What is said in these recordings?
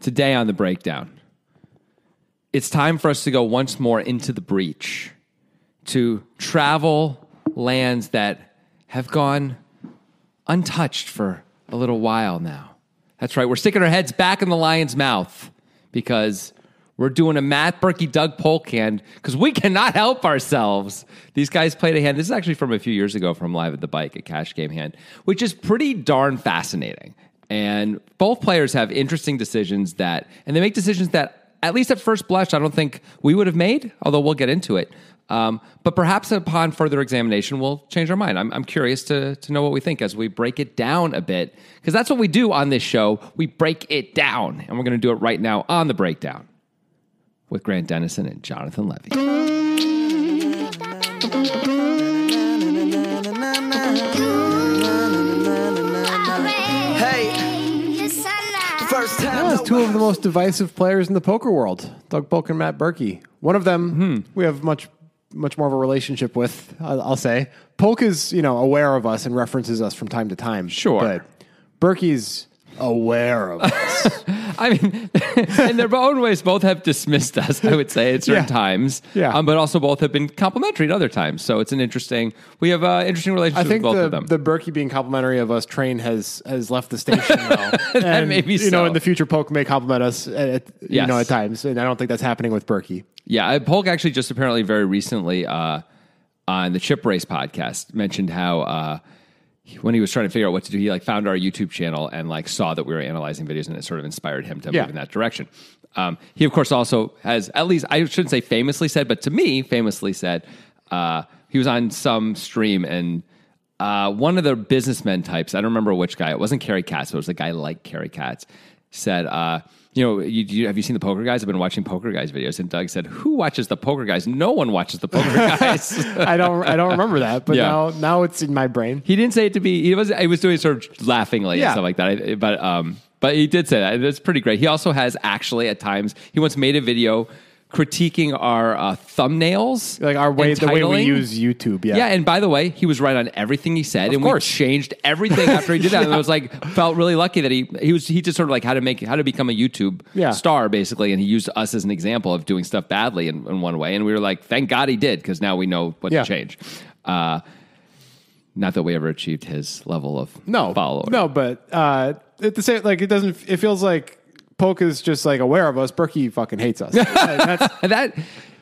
Today on the breakdown, it's time for us to go once more into the breach to travel lands that have gone untouched for a little while now. That's right. We're sticking our heads back in the lion's mouth because we're doing a Matt Berkey Doug Polk hand because we cannot help ourselves. These guys played a hand. This is actually from a few years ago from Live at the Bike, a cash game hand, which is pretty darn fascinating. And both players have interesting decisions that, and they make decisions that, at least at first blush, I don't think we would have made, although we'll get into it. Um, but perhaps upon further examination, we'll change our mind. I'm, I'm curious to, to know what we think as we break it down a bit, because that's what we do on this show. We break it down, and we're going to do it right now on the breakdown with Grant Dennison and Jonathan Levy. First time. That was two of the most divisive players in the poker world, Doug Polk and Matt Berkey. One of Hmm. them we have much much more of a relationship with, I'll I'll say. Polk is, you know, aware of us and references us from time to time. Sure. But Berkey's aware of us. I mean, in their own ways, both have dismissed us, I would say, at certain Yeah. times. Yeah. Um, but also, both have been complimentary at other times. So it's an interesting, we have an interesting I relationship think with both the, of them. the Berkey being complimentary of us train has has left the station now. and, may be you so. know, in the future, Polk may compliment us at, at- you Yes. know at times, and I don't think that's happening with Berkey. Yeah, uh, Polk actually just apparently very recently uh, on the Chip Race podcast mentioned how uh, he- when he was trying to figure out what to do, he like found our YouTube channel and like saw that we were analyzing videos, and it sort of inspired him to Yeah. move in that direction. Um, he of course also has at least I shouldn't say famously said, but to me famously said uh, he was on some stream and. Uh, one of the businessmen types, I don't remember which guy, it wasn't Carrie Katz, but it was a guy like Carrie Katz, said, uh, you know, you, you, have you seen the poker guys? I've been watching poker guys videos. And Doug said, who watches the poker guys? No one watches the poker guys. I don't I don't remember that, but Yeah. now now it's in my brain. he didn't say it to be, he was, he was doing it sort of laughingly and Yeah. stuff like that. I- But, um, but he did say that. That's pretty great. He also has actually at times, he once made a video critiquing our uh, thumbnails. Like our way, and the way we titling. use YouTube. Yeah. Yeah, and by the way, he was right on everything he said, and course. we changed everything after he did that. And I was like, felt really lucky that he he was he just sort of like how to make how to become a YouTube Yeah. star basically, and he used us as an example of doing stuff badly in, in one way, and we were like, thank God he did because now we know what Yeah. to change. Uh, not that we ever achieved his level of no, follower. no, but uh, at the same, like it doesn't. It feels like Polk is just like aware of us. Berkey fucking hates us. Like, that's, And that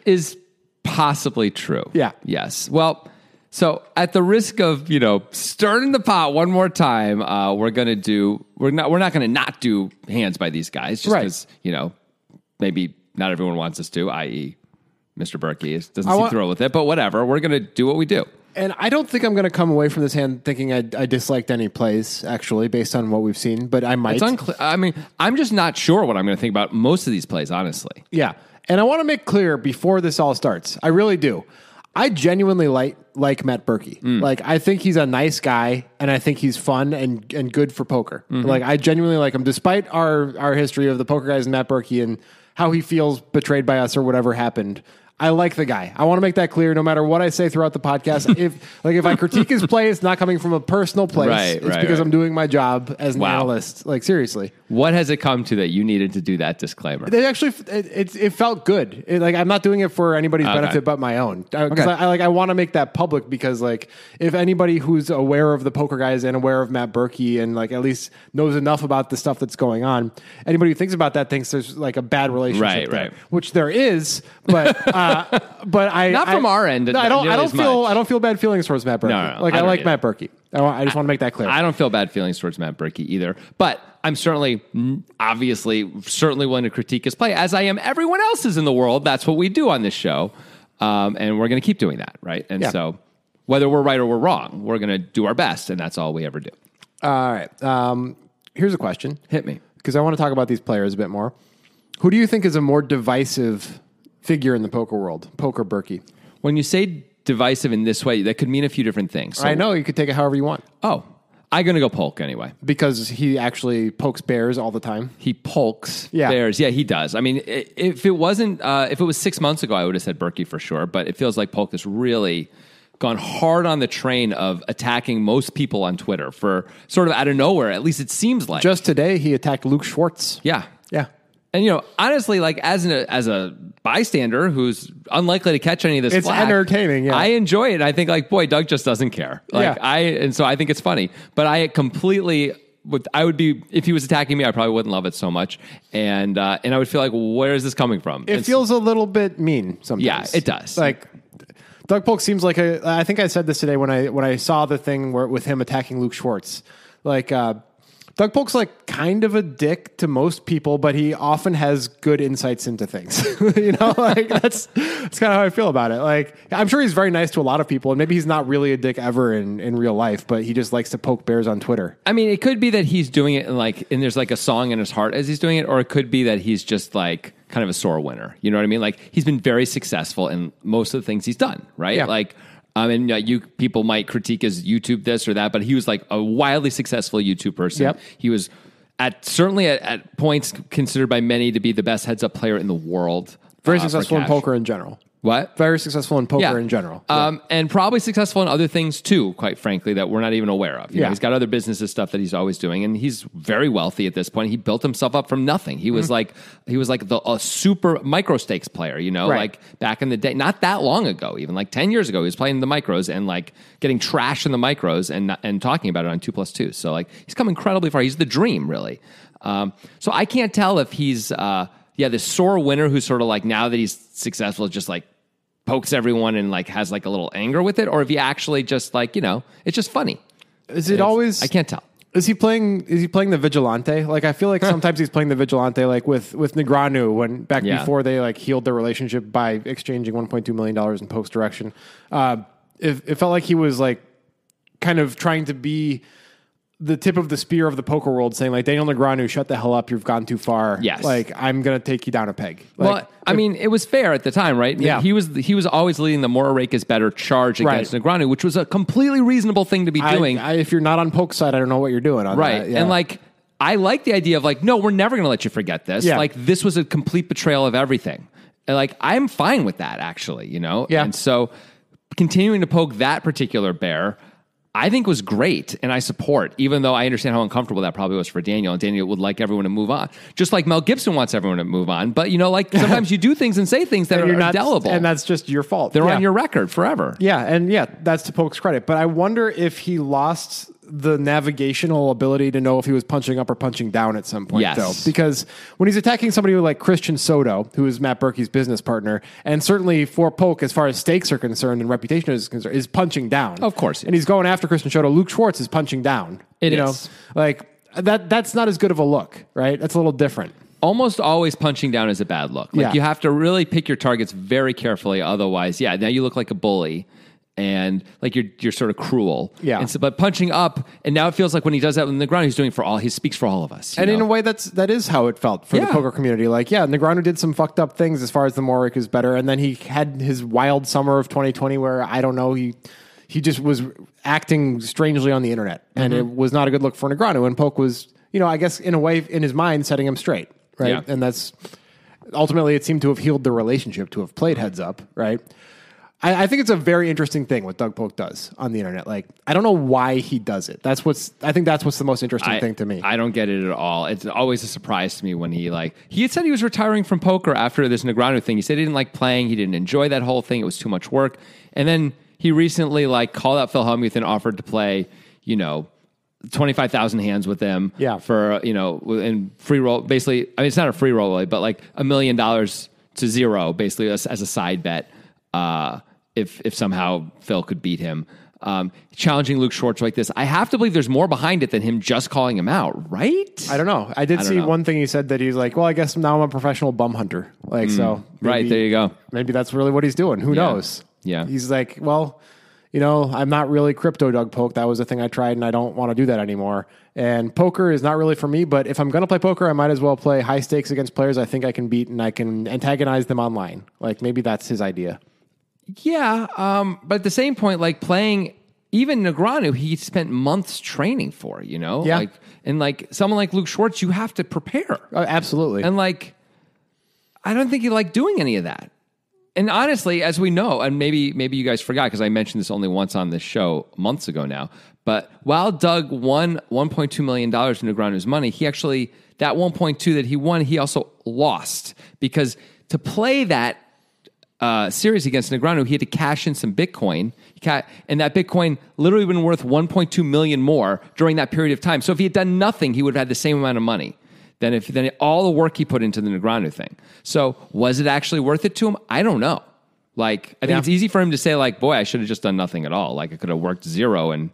is possibly true. Yeah. Yes. Well, so at the risk of you know stirring the pot one more time, uh, we're gonna do we're not we're not gonna not do hands by these guys just Right. because you know maybe not everyone wants us to, i.e. Mr. Berkey is- doesn't I seem wa- thrilled with it, but whatever. We're gonna do what we do. and I don't think I'm going to come away from this hand thinking I, I disliked any plays. Actually, based on what we've seen, but I might. It's unclear. I mean, I'm just not sure what I'm gonna think about most of these plays, honestly. Yeah. And I want to make clear before this all starts, I really do. I genuinely like like Matt Berkey. Mm. Like I think he's a nice guy and I think he's fun and and good for poker. Mm-hmm. Like I genuinely like him despite our our history of the poker guys and Matt Berkey and how he feels betrayed by us or whatever happened. I like the guy. I want to make that clear no matter what I say throughout the podcast. if like if I critique his play, it's not coming from a personal place. Right, it's right, because right. I'm doing my job as an Wow. analyst. Like seriously. What has it come to that you needed to do that disclaimer? It actually it, it, it felt good. It, like I'm not doing it for anybody's Okay. benefit but my own. I, 'cause Okay. I, I, like I want to make that public because like if anybody who's aware of the poker guys and aware of Matt Berkey and like at least knows enough about the stuff that's going on, anybody who thinks about that thinks there's like a bad relationship, Right, there, right. Which there is, but uh, but I Not I- from our end, No, I don't. nearly I don't as feel. much. I don't feel bad feelings towards Matt Berkey. No, no, like I I, don't like either. Matt Berkey. I, wa- I just want to make that clear. I don't feel bad feelings towards Matt Berkey either, but I'm certainly, mm, obviously, certainly willing to critique his play, as I am everyone else's in the world. That's what we do on this show, um, and we're going to keep doing that, right? And Yeah. so, whether we're right or we're wrong, we're going to do our best, and that's all we ever do. All right. Um, here's a question. Hit me. because I want to talk about these players a bit more. Who do you think is a more divisive figure in the poker world? Poker Berkey. When you say divisive in this way, that could mean a few different things. So- I know you could take it however you want Oh, I'm going to go Polk anyway. because he actually pokes bears all the time. He polks Yeah. bears. Yeah, he does. I mean, i- if it wasn't, uh, if it was six months ago, I would have said Berkey for sure. But it feels like Polk has really gone hard on the train of attacking most people on Twitter for sort of out of nowhere. At least it seems like. Just today, he attacked Luke Schwartz. yeah, Yeah. And you know, honestly, like as an as a bystander who's unlikely to catch any of this, It's flack, entertaining, yeah. I enjoy it. I think like, boy, Doug just doesn't care. Like Yeah. I, and so I think it's funny. But I completely would. I would be if he was attacking me, I probably wouldn't love it so much. And uh, and I would feel like, where is this coming from? It It's- feels a little bit mean sometimes. Yeah, it does. Like Doug Polk seems like a. I think I said this today when I when I saw the thing where with him attacking Luke Schwartz. Like uh, Doug Polk's like kind of a dick to most people, but he often has good insights into things. you know, like that's that's kind of how I feel about it. Like I'm sure he's very nice to a lot of people, and maybe he's not really a dick ever in in real life, but he just likes to poke bears on Twitter. I mean, it could be that he's doing it and like, and there's like a song in his heart as he's doing it, or it could be that he's just like kind of a sore winner. You know what I mean? Like he's been very successful in most of the things he's done, right? Yeah. Like, I mean, uh, you people might critique his YouTube this or that, but he was like a wildly successful YouTube person. Yep. He was at certainly at, at points considered by many to be the best heads up player in the world. Very uh, for successful in cash. poker in general. What? Very successful in poker in general. Um, And probably successful in other things too, quite frankly, that we're not even aware of. You know, Yeah. he's got other businesses stuff that he's always doing, and he's very wealthy at this point. He built himself up from nothing. He Mm-hmm. was like he was like the a super micro stakes player, you know, Right. like back in the day, not that long ago, even like ten years ago, he was playing the micros and like getting trash in the micros and and talking about it on two plus two. So like he's come incredibly far. He's the dream, really. Um, so I can't tell if he's uh, yeah this sore winner who's sort of like now that he's successful, just like pokes everyone and like has like a little anger with it, or if he actually just like you know it's just funny. Is it always? I can't tell. Is he playing? Is he playing the vigilante? Like I feel like sometimes he's playing the vigilante, like with with Negranu when back Yeah. before they like healed their relationship by exchanging one point two million dollars in post direction. Uh, it, it felt like he was like kind of trying to be the tip of the spear of the poker world, saying like Daniel Negranu, shut the hell up, you've gone too far. Yes. like I'm gonna take you down a peg. Like, well, I mean, it was fair at the time, right? Yeah. he was he was always leading the more rake is better charge against Right. Negreanu, which was a completely reasonable thing to be I- doing, I- if you're not on poke side, I don't know what you're doing. On right? that. Uh, Yeah. And like, I like the idea of like, no, we're never going to let you forget this. Yeah. Like, this was a complete betrayal of everything. And, like, I'm fine with that actually, you know. Yeah. And so, continuing to poke that particular bear. I think was great, and I support, even though I understand how uncomfortable that probably was for Daniel, and Daniel would like everyone to move on, just like Mel Gibson wants everyone to move on. But you know, like sometimes you do things and say things that And are you're not indelible, and that's just your fault. they're Yeah. on your record forever. Yeah, and yeah, that's to Polk's credit. But I wonder if he lost the navigational ability to know if he was punching up or punching down at some point. Yes. Though, because when he's attacking somebody like Christian Soto, who is Matt Berkey's business partner, and certainly for Polk, as far as stakes are concerned and reputation is concerned, is punching down. Of course. And he's going after Christian Soto. Luke Schwartz is punching down. It It is is. like that that's not as good of a look, right? That's a little different. Almost always punching down is a bad look. Like Yeah. you have to really pick your targets very carefully, otherwise, yeah, now you look like a bully and like you're you're sort of cruel. Yeah. And so, but punching up, and now it feels like when he does that on the ground, he's doing it for all. He speaks for all of us. you And in know? a way, that's that is how it felt for Yeah. the poker community. Like, yeah, Negreanu did some fucked up things as far as the Morik is better, and then he had his wild summer of 2020 where I don't know he he just was acting strangely on the internet, and Mm-hmm. it was not a good look for Negreanu. And Polk was, you know, I guess in a way in his mind setting him straight, right? Yeah. And that's ultimately it seemed to have healed the relationship to have played heads up, right? I, I think it's a very interesting thing what Doug Polk does on the internet. Like, I don't know why he does it. That's what's I think that's what's the most interesting I- thing to me. I don't get it at all. It's always a surprise to me when he like he had said he was retiring from poker after this Negrano thing. He said he didn't like playing, he didn't enjoy that whole thing. It was too much work. And then he recently like called out Phil Hellmuth and offered to play, you know, twenty five thousand hands with him. Yeah. for you know, and free roll. Basically, I mean, it's not a free roll, but like a million dollars to zero, basically as, as a side bet. Uh, if if somehow Phil could beat him. Um, challenging Luke Schwartz like this, I have to believe there's more behind it than him just calling him out, right? I don't know. I did don't see know. one thing he said that he's like, well, I guess now I'm a professional bum hunter. Like, so. Mm. Right, there you go. Maybe that's really what he's doing. Who Yeah. knows? Yeah. He's like, well, you know, I'm not really crypto Doug Poke. That was a thing I tried and I don't want to do that anymore. And poker is not really for me, but if I'm going to play poker, I might as well play high stakes against players I think I can beat and I can antagonize them online. Like, maybe that's his idea. Yeah, um, but at the same point, like playing even Negreanu, he spent months training for, you know? Yeah. Like and like someone like Luke Schwartz, you have to prepare. Oh, absolutely. And like I don't think he liked doing any of that. and honestly, as we know, and maybe maybe you guys forgot because I mentioned this only once on this show months ago now. But while Doug won 1.2 million dollars in Negreanu's money, he actually that 1.2 that he won, he also lost because to play that uh, series against Negreanu, he had to cash in some Bitcoin, He ca- and that Bitcoin literally been worth 1.2 million more during that period of time. So if he had done nothing, he would have had the same amount of money than if than all the work he put into the Negreanu thing. So was it actually worth it to him? I don't know. Like I think Yeah. it's easy for him to say like, boy, I should have just done nothing at all. Like I could have worked zero and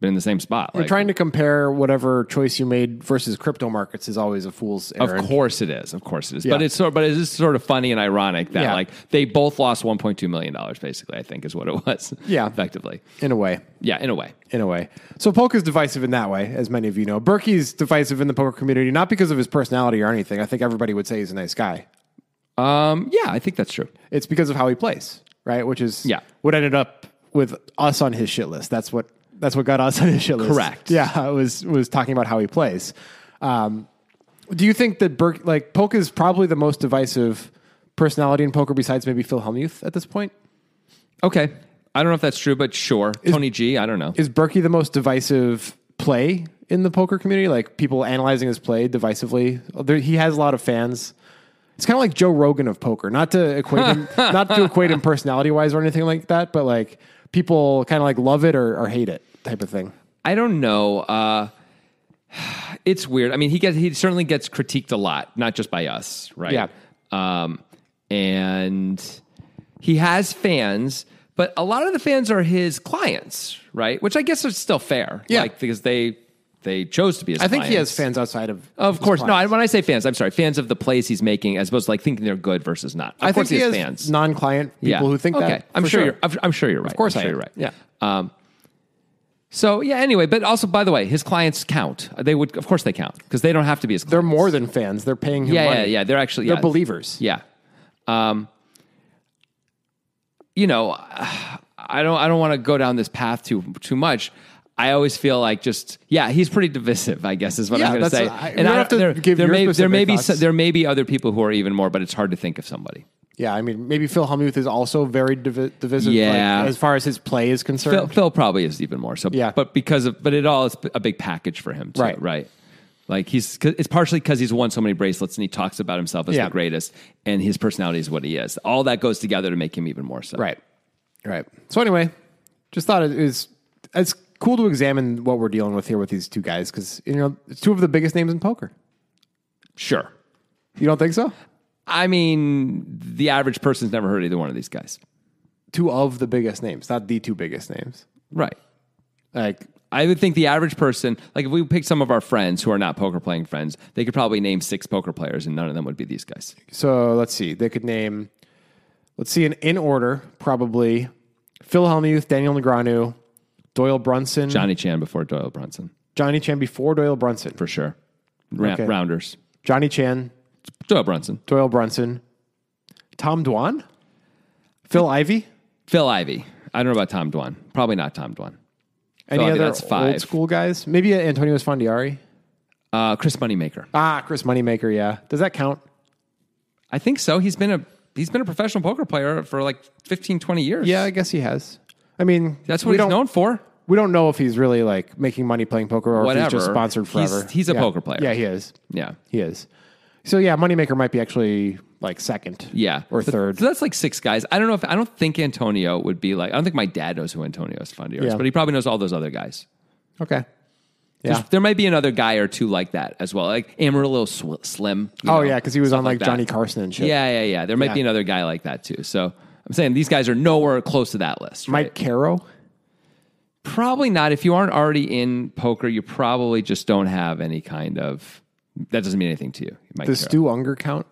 been in the same spot. Like, You're trying to compare whatever choice you made versus crypto markets is always a fool's errand. Of course it is. Of course it is. Yeah. But it's sort. But it is sort of funny and ironic that Yeah. like they both lost 1.2 million dollars. Basically, I think is what it was. Yeah. effectively. In a way. Yeah, in a way. In a way. So Polka's divisive in that way, as many of you know. Berkey's divisive in the poker community, not because of his personality or anything. I think everybody would say he's a nice guy. Um, yeah, I think that's true. It's because of how he plays, right? Which is Yeah. what ended up with us on his shit list. That's what that's what got us on his shit list. Correct. Yeah, it was was talking about how he plays. Um, do you think that Berk like Polka's probably the most divisive personality in poker besides maybe Phil Hellmuth at this point? Okay, I don't know if that's true, but sure. Tony G. I don't know. Is Berkey the most divisive play in the poker community? Like people analyzing his play divisively. There, he has a lot of fans. It's kind of like Joe Rogan of poker. Not to equate him, not to equate him personality wise or anything like that, but like people kind of like love it or, or hate it type of thing. I don't know. Uh, it's weird. I mean, he gets he certainly gets critiqued a lot, not just by us, right? Yeah. Um, and he has fans, but a lot of the fans are his clients, right? Which I guess is still fair, Yeah. like because they they chose to be his. I think he has clients. fans outside of Of his course, no. I, clients. when I say fans, I'm sorry, fans of the plays he's making, as opposed to like thinking they're good versus not. Of I course, think he has fans. non-client people who think okay. that. I'm for sure, you're. I'm, I'm sure you're right. Of course I'm I sure am. you're right. Yeah. Um, so yeah. Anyway, but also by the way, his clients count. They would, of course, they count because they don't have to be his. Clients. They're more than fans. They're paying him Yeah, money. yeah, yeah. They're actually They're yeah. believers. Yeah. Um, you know, I don't. I don't want to go down this path too too much. I always feel like just yeah, he's pretty divisive. I guess is what Yeah, I'm going to that's- say. I- we don't have to there, give there your may there may specific be thoughts. some, there may be other people who are even more, but it's hard to think of somebody. Yeah, I mean, maybe Phil Hellmuth is also very divi- divisive. Yeah. like, as far as his play is concerned. Phil, Phil probably is even more so. Yeah. But because of, but it all is a big package for him, too, right? Right. Like he's, 'cause it's partially because he's won so many bracelets and he talks about himself as Yeah. the greatest and his personality is what he is. All that goes together to make him even more so. Right. Right. So anyway, just thought it was it's cool to examine what we're dealing with here with these two guys because you know it's two of the biggest names in poker. Sure. You don't think so? I mean, the average person's never heard either one of these guys. Two of the biggest names, not the two biggest names. Right. Like I would think the average person, like if we pick some of our friends who are not poker playing friends, they could probably name six poker players and none of them would be these guys. so, let's see. They could name. Let's see, in in order, probably Phil Hellmuth, Daniel Negreanu, Doyle Brunson, Johnny Chan before Doyle Brunson, Johnny Chan before Doyle Brunson, for sure. Ra- Okay. Rounders. Johnny Chan, Doyle Brunson. Doyle Brunson, Tom Dwan, Phil Ivy. Phil Ivy. I don't know about Tom Dwan. Probably not Tom Dwan. Any Phil Ivey, other that's five. old school guys? Maybe Antonio Sfondiari. Uh, Chris Moneymaker. Ah, Chris Moneymaker. Yeah, does that count? I think so. He's been a he's been a professional poker player for like 15, 20 years. Yeah, I guess he has. I mean, That's what we he's don't, known for. We don't know if he's really like making money playing poker or if he's just Whatever. sponsored He's- forever. he's a Yeah. poker player. Yeah, he is. Yeah. He is. So yeah, Moneymaker might be actually like second. Yeah. or So- third. So that's like six guys. I don't know if I don't think Antonio would be like I don't think my dad knows who Antonio Esfandiar is, Yeah. but he probably knows all those other guys. okay. There's- Yeah. There might be another guy or two like that as well. Like Amarillo Sw- Slim. you Oh know, yeah, because he was stuff on like, that. Johnny Carson and shit. Yeah, yeah, yeah. There might Yeah. be another guy like that too. So I'm saying these guys are nowhere close to that list. right? Mike Caro. Probably not. If you aren't already in poker, you probably just don't have any kind of. That doesn't mean anything to you. Mike Does Carroll. Stu Unger count?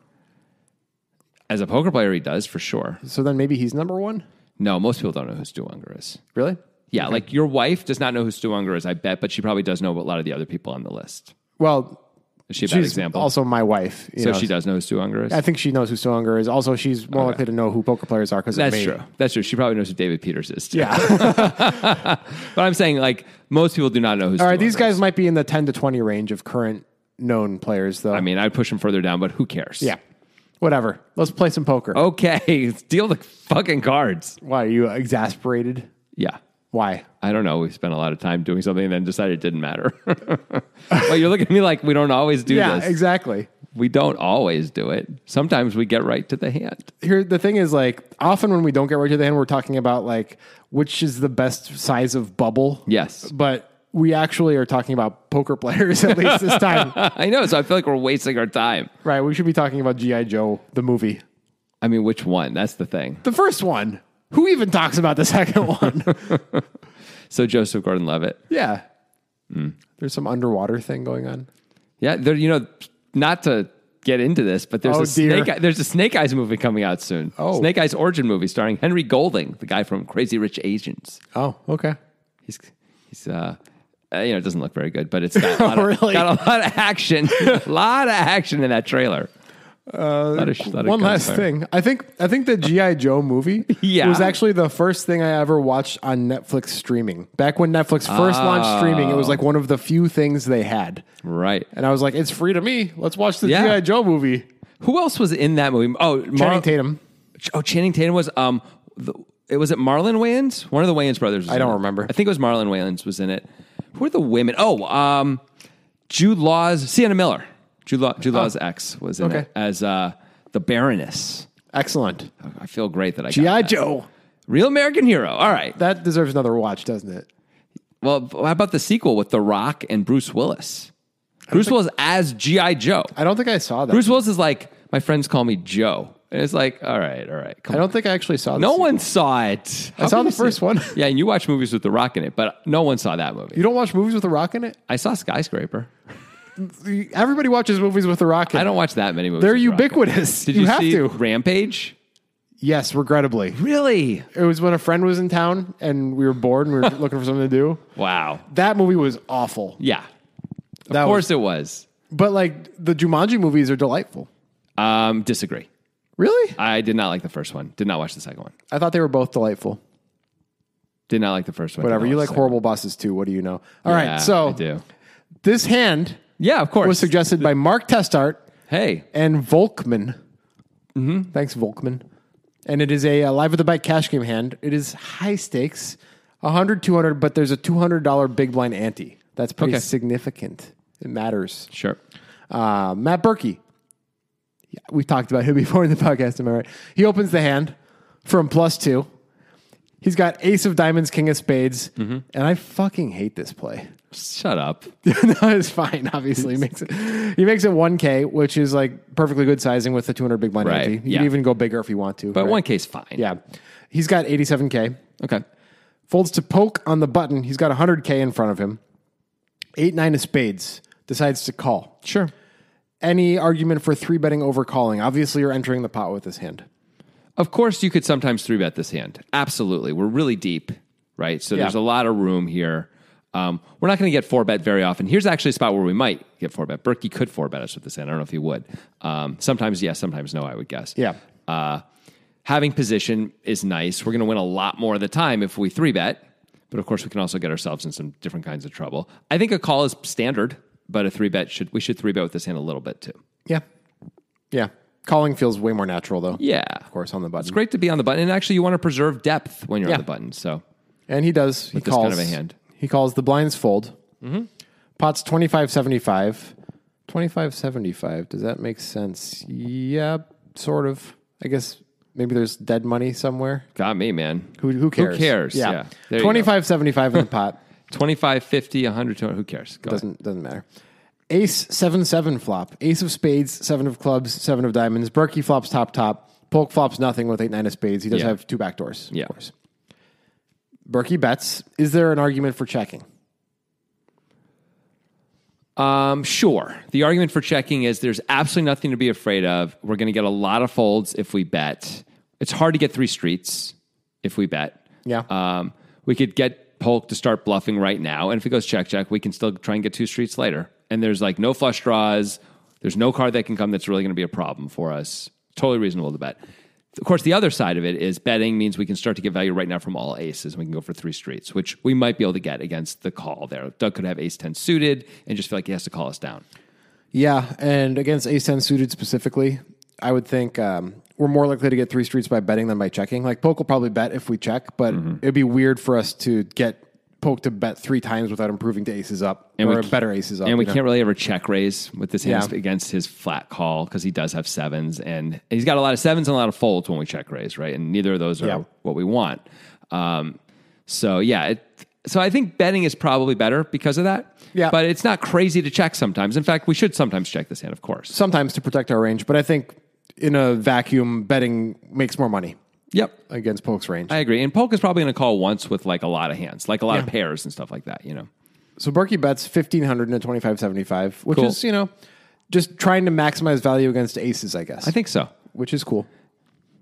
As a poker player, he does for sure. So then maybe he's number one. No, most people don't know who Stu Unger is. Really? Yeah, like your wife does not know who Stu Unger is, I bet, but she probably does know a lot of the other people on the list. Well, Is she a bad she's example? also my wife. you so know, she does know who Stu Unger is? I think she knows who Stu Unger is. Also, she's more likely to know who poker players are because That's me. true. That's true. She probably knows who David Peters is. Too. Yeah. But I'm saying, like, most people do not know who Stu All right, these Unger is. guys might be in the 10 to 20 range of current known players, though. I mean, I'd push him further down, but who cares? yeah. Whatever. Let's play some poker. Oh. Okay, steal the fucking cards. Why are you exasperated? Yeah. Why? I don't know. We spent a lot of time doing something and then decided it didn't matter. well, you're looking at me like we don't always do yeah, this. exactly. We don't always do it. Sometimes we get right to the hand. Here, the thing is, like, often when we don't get right to the end, we're talking about like which is the best size of bubble. Yes. but we actually are talking about poker players at least this time, I know. So I feel like we're wasting our time. right? We should be talking about GI Joe the movie, I mean, which one? That's the thing. the first one. Who even talks about the second one? So Joseph Gordon Levitt. yeah, Hmm. there's some underwater thing going on. Yeah, there, you know, not to get into this, but there's Oh, a dear. snake. Eye- There's a Snake Eyes movie coming out soon. Oh. Snake Eyes origin movie starring Henry Golding, the guy from Crazy Rich Asians. Oh, okay. He's he's uh, uh, you know, it doesn't look very good, but it's got a lot of, Really? got a lot of action, a lot of action in that trailer. Uh, One last thing. I think I think the GI Joe movie Yeah. was actually the first thing I ever watched on Netflix streaming. Back when Netflix first launched Ah. streaming, it was like one of the few things they had. Right. And I was like, it's free to me. Let's watch the Yeah. GI Joe movie. Who else was in that movie? Oh, Channing Mar- Tatum. Ch- Oh, Channing Tatum was um, the, it was it Marlon Wayans, one of the Wayans brothers. was I in don't it. remember. I think it was Marlon Wayans was in it. Who are the women? Oh, um, Jude Law's Sienna Miller, Jude, Law, Jude Law's ex was in Oh. Okay. it as uh, the Baroness. Excellent. I feel great that I got GI that. Joe. Real American Hero. All right. That deserves another watch, doesn't it? Well, how about the sequel with The Rock and Bruce Willis? Bruce Willis as GI Joe. I don't think I saw that. Bruce Willis is like my friends call me Joe, and it's like all right, all right. Come I don't think I actually saw. No this. one saw it. How saw can the you see first it? one. Yeah, and you watch movies with The Rock in it, but no one saw that movie. You don't watch movies with the Rock in it. I saw Skyscraper. Everybody watches movies with the Rock. In it. I don't watch that many movies. They're with The Rock in it. ubiquitous. Did You you, have see to. Rampage? Yes, regrettably, Really? it was when a friend was in town and we were bored and we were looking for something to do. Wow. That movie was awful. Yeah. Of That course it was. But like the Jumanji movies are delightful. Um, disagree. Really? I did not like the first one. Did not watch the second one. I thought they were both delightful. Did not like the first one. Whatever. Did not You watch like the second horrible bosses too. What do you know? All one. right. Yeah, I So do. this hand Yeah, of course. was suggested by Mark Testart hey, and Volkman. Mm-hmm. Thanks, Volkman. And it is a, uh live with the bike cash game hand. It is high stakes, 100, 200, but there's a $200 big blind ante. That's pretty Okay. significant. It matters. sure. Uh, Matt Berkey. Yeah, we talked about him before in the podcast. Am I right? He opens the hand from plus two. He's got ace of diamonds, king of spades, and I fucking hate this play. Shut up. no, it's fine. Obviously, he makes it. He makes it one k, which is like perfectly good sizing with the two hundred big blind Right, ante. You yeah. can even go bigger if you want to. But right? one case fine. yeah, he's got eighty seven k. Okay. Folds to poke on the button. He's got hundred k in front of him. Eight nine of spades. Decides to call Sure. any argument for three betting over calling. Obviously, you're entering the pot with this hand. Of course, you could sometimes three bet this hand. Absolutely. We're really deep, right? So Yeah. there's a lot of room here. Um, we're not going to get four bet very often. Here's actually a spot where we might get four bet. Berkey could four bet us with this hand. I don't know if he would. Um, sometimes yes, sometimes no, I would guess. Yeah. Uh, having position is nice. We're going to win a lot more of the time if we three bet, but of course, we can also get ourselves in some different kinds of trouble. I think a call is standard, but a three bet should, we should three bet with this hand a little bit too. Yeah. Yeah. Calling feels way more natural, though. Yeah. Of course, on the button. It's great to be on the button. And actually, you want to preserve depth when you're Mm. Yeah. on the button. So And he does. He this calls. kind of a hand. Mm-hmm. He calls the blinds fold. Pots 2575. 2575. Does that make sense? Yeah, sort of. I guess maybe there's dead money somewhere. Got me, man. Who, who cares? cares? Yeah. Yeah. There you go. 2575 in the pot. 25, 50, 100, 200, who cares? Go ahead. Doesn't doesn't matter. Ace seven seven flop. Ace of spades, seven of clubs, seven of diamonds. Berkey flops top top. Polk flops nothing with eight nine of spades. He does Yeah. have two back doors. Yeah. Of course. Berkey bets. Is there an argument for checking? Um, sure. The argument for checking is there's absolutely nothing to be afraid of. We're going to get a lot of folds if we bet. It's hard to get three streets if we bet. Yeah. Um, we could get Polk to start bluffing right now. And if he goes check, check, we can still try and get two streets later. And there's like no flush draws. There's no card that can come that's really going to be a problem for us. Totally reasonable to bet. Of course, the other side of it is betting means we can start to get value right now from all aces and we can go for three streets, which we might be able to get against the call there. Doug could have ace 10 suited and just feel like he has to call us down. Yeah, and against ace ten suited specifically, I would think um, we're more likely to get three streets by betting than by checking. Like Poke will probably bet if we check, but Mm-hmm. it'd be weird for us to get Poke to bet three times without improving to aces up And we or ca- better aces up. And we you know? can't really ever check raise with this hand Yeah. against his flat call because he does have sevens and he's got a lot of sevens and a lot of folds when we check raise, right? And neither of those are Yeah. what we want. Um, so yeah, it, so I think betting is probably better because of that. Yeah. but it's not crazy to check sometimes. In fact, we should sometimes check this hand, of course. sometimes to protect our range, but I think in a vacuum, betting makes more money Yep, against Poke's range. I agree. And poke is probably going to call once with like a lot of hands, like a lot of pairs and stuff like that. You know, So Berkey bets fifteen hundred and twenty five seventy five, which Cool. is you know just trying to maximize value against aces, I guess. I think so. which is cool.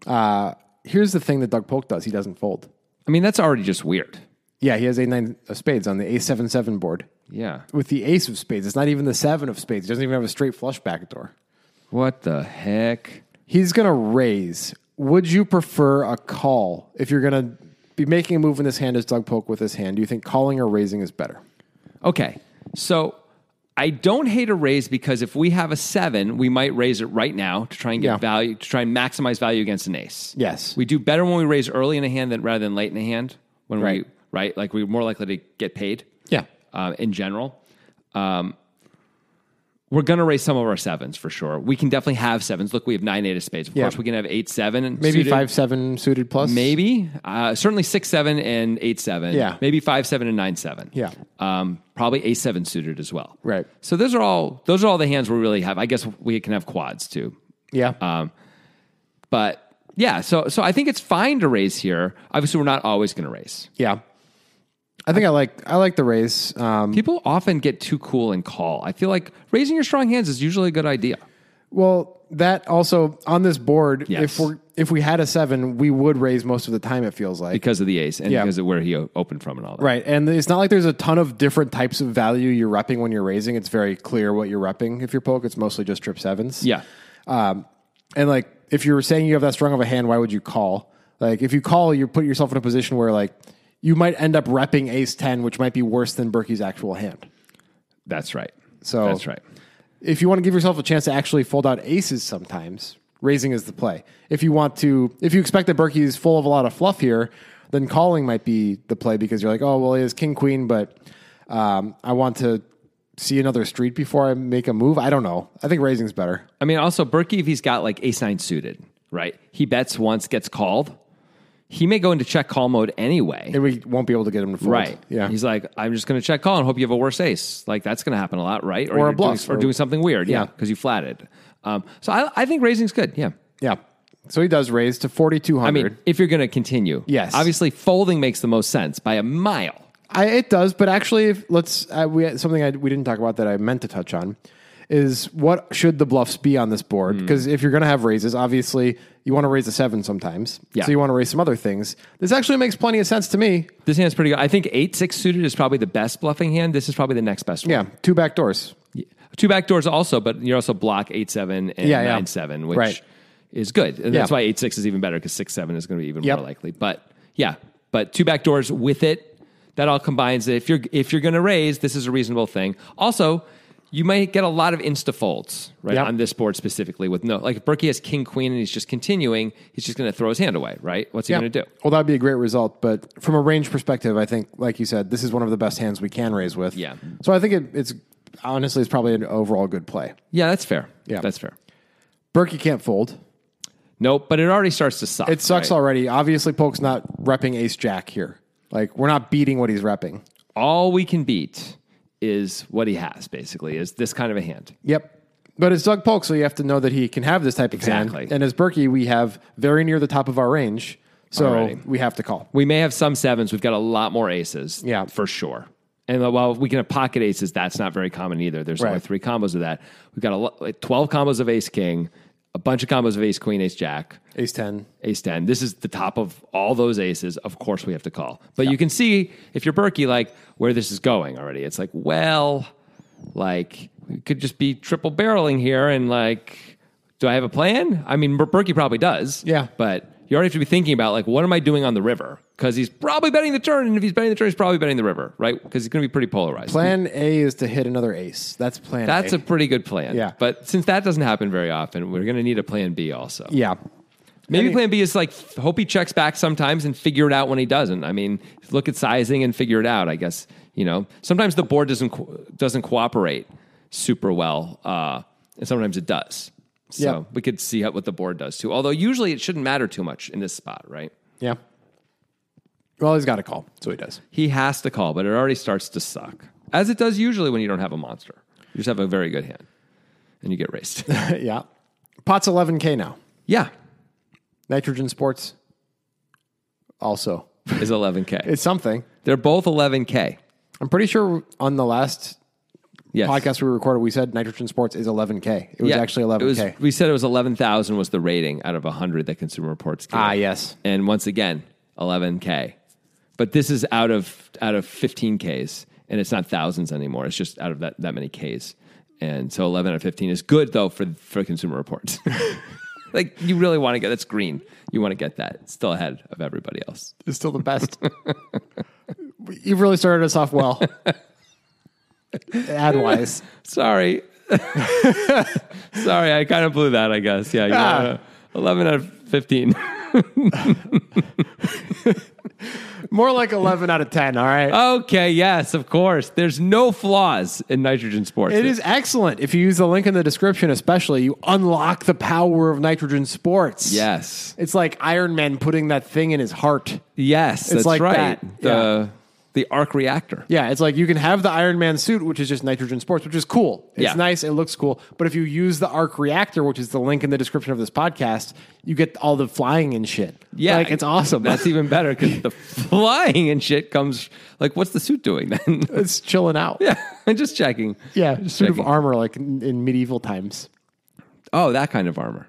Uh, here's the thing that Doug Polk does: he doesn't fold. I mean, that's already just weird. Yeah, he has eight nine of spades on the ace seven seven board Yeah. with the ace of spades. It's not even the seven of spades. He doesn't even have a straight flush backdoor. What the heck? He's gonna raise. Would you prefer a call if you're gonna be making a move in this hand as Doug Polk with his hand? Do you think calling or raising is better? Okay. So I don't hate a raise because if we have a seven, we might raise it right now to try and get Yeah. value, to try and maximize value against an ace. Yes. We do better when we raise early in a hand than rather than late in a hand when Right. we, right? Like we're more likely to get paid. Yeah. Uh, in general. Um, we're going to raise some of our sevens for sure. We can definitely have sevens. Look, we have nine, eight of spades. Of Yeah. course, we can have eight, seven. and Maybe suited. five seven suited plus. Maybe. Uh, certainly six seven and eight seven. Yeah. Maybe five seven and nine seven. Yeah. Um, probably ace seven suited as well. Right. So those are all those are all the hands we really have. I guess we can have quads too. Yeah. Uh, But yeah, so so I think it's fine to raise here. Obviously, we're not always going to raise. yeah. I think I like I like the raise. Um, People often get too cool and call. I feel like raising your strong hands is usually a good idea. well, that also on this board, Yes. if we are if we had a seven, we would raise most of the time. It feels like Because of the ace and Yeah. because of where he o- opened from and all that. right, and it's not like there's a ton of different types of value you're repping when you're raising. It's very clear what you're repping. If you're poke, it's mostly just trip sevens. Yeah. and like if you're saying you have that strong of a hand, why would you call? Like if you call, you put yourself in a position where like you might end up repping ace ten, which might be worse than Berkey's actual hand. That's right. So- that's right. if you want to give yourself a chance to actually fold out aces sometimes, raising is the play. If you want to, if you expect that Berkey is full of a lot of fluff here, then calling might be the play because you're like, oh, well, he has king queen, but um, I want to see another street before I make a move. I don't know. I think raising's better. I mean, also Berkey, if he's got like ace nine suited, right? He bets once, gets called. He may go into check call mode anyway. And we won't be able to get him to fold. Right. Yeah. He's like, I'm just going to check call and hope you have a worse ace. Like that's going to happen a lot, right? Or a you're doing- bluff, or, or- doing something weird. Yeah, Yeah. because you flatted. Um, so I, I think raising's good. Yeah. yeah. So he does raise to 4,200. I mean, if you're going to continue, Yes. Obviously, folding makes the most sense by a mile. I, it does, but actually, if, let's uh, we something I, we didn't talk about that I meant to touch on is what should the bluffs be on this Hmm. board? Because if you're going to have raises, obviously you want to raise a seven sometimes, Yeah. so you want to raise some other things. This actually makes plenty of sense to me. This hand's pretty good. I think eight six suited is probably the best bluffing hand. This is probably the next best one. Yeah, two back doors. Two back doors also, but you also block eight seven and Yeah, yeah. nine seven, which Right. is good. And that's Yeah. why eight six is even better because six seven is going to be even Yep. more likely. But yeah, but two back doors with it, that all combines. If you're if you're going to raise, this is a reasonable thing. Also, you might get a lot of insta folds right Yep. on this board specifically with no like if Berkey has king queen and he's just continuing, he's just going to throw his hand away. Right? What's he going to do? Well, that'd be a great result, but from a range perspective, I think, like you said, this is one of the best hands we can raise with. Yeah. So I think it, it's honestly it's probably an overall good play. Yeah, that's fair. Yeah. that's fair. Berkey can't fold. Nope, but it already starts to suck. It sucks right? already. Obviously, Polk's not repping Ace Jack here. Like we're not beating what he's repping. all we can beat is what he has basically is this kind of a hand Yep. But it's Doug Polk, so you have to know that he can have this type of Exactly. hand. And as Berkey, we have very near the top of our range, so Alrighty. we have to call. we may have some sevens we've got a lot more aces Yeah. for sure and while we can have pocket aces that's not very common either there's only Right. three combos of that we've got a lot, like 12 combos of ace king a bunch of combos of ace queen ace jack Ace ten. ace 10 this is the top of all those aces of course we have to call but you can see if you're berkey like where this is going already it's like well like we could just be triple barreling here and like do i have a plan i mean Ber- berkey probably does Yeah. but you already have to be thinking about like what am I doing on the river? Because he's probably betting the turn, and if he's betting the turn, he's probably betting the river, right? Because he's going to be pretty polarized. Plan A is to hit another ace. That's plan That's A. a pretty good plan. Yeah. But since that doesn't happen very often, we're going to need a plan B also. yeah. Maybe Any- plan B is like f- hope he checks back sometimes and figure it out when he doesn't. I mean, look at sizing and figure it out. I guess you know sometimes the board doesn't co- doesn't cooperate super well, uh, and sometimes it does. So Yeah. we could see how, what the board does too. Although usually it shouldn't matter too much in this spot, right? Yeah. Well, he's got a call, so he does. He has to call, but it already starts to suck, as it does usually when you don't have a monster. You just have a very good hand, and you get raced. yeah. Pot's 11K now. yeah, Nitrogen Sports also. is eleven k. It's something. They're both eleven k. I'm pretty sure on the last Yes. podcast we recorded, we said Nitrogen Sports is 11K. It was Yeah, actually it 11K. was- we said it was eleven thousand was the rating out of hundred that Consumer Reports. Gave. Ah, yes. And once again, eleven k. But this is out of out of fifteen k's, and it's not thousands anymore. It's just out of that that many k's. And so eleven out of fifteen is good though for for Consumer Reports. like you really want to get that's green. You want to get that. It's still ahead of everybody else. It's still the best. You've really started us off well. Ad wise. Sorry. Sorry, I kind of blew that, I guess. Yeah. you Ah. wanna- 11 out of 15. More like 11 out of 10, all right? Uh, Okay, yes, of course. There's no flaws in nitrogen sports. It is excellent. If you use the link in the description, especially, you unlock the power of nitrogen sports. Yes. It's like Iron Man putting that thing in his heart. Yes, that's like right. that. The the arc reactor. Yeah, it's like you can have the Iron Man suit, which is just nitrogen sports, which is cool. It's Yeah. nice. It looks cool. But if you use the arc reactor, which is the link in the description of this podcast, you get all the flying and shit. Yeah. Like it's awesome. That's even better cuz the flying and shit comes like what's the suit doing then? it's chilling out. yeah, I'm just checking. Yeah, Just suit of checking. armor like in, in medieval times. Oh, that kind of armor.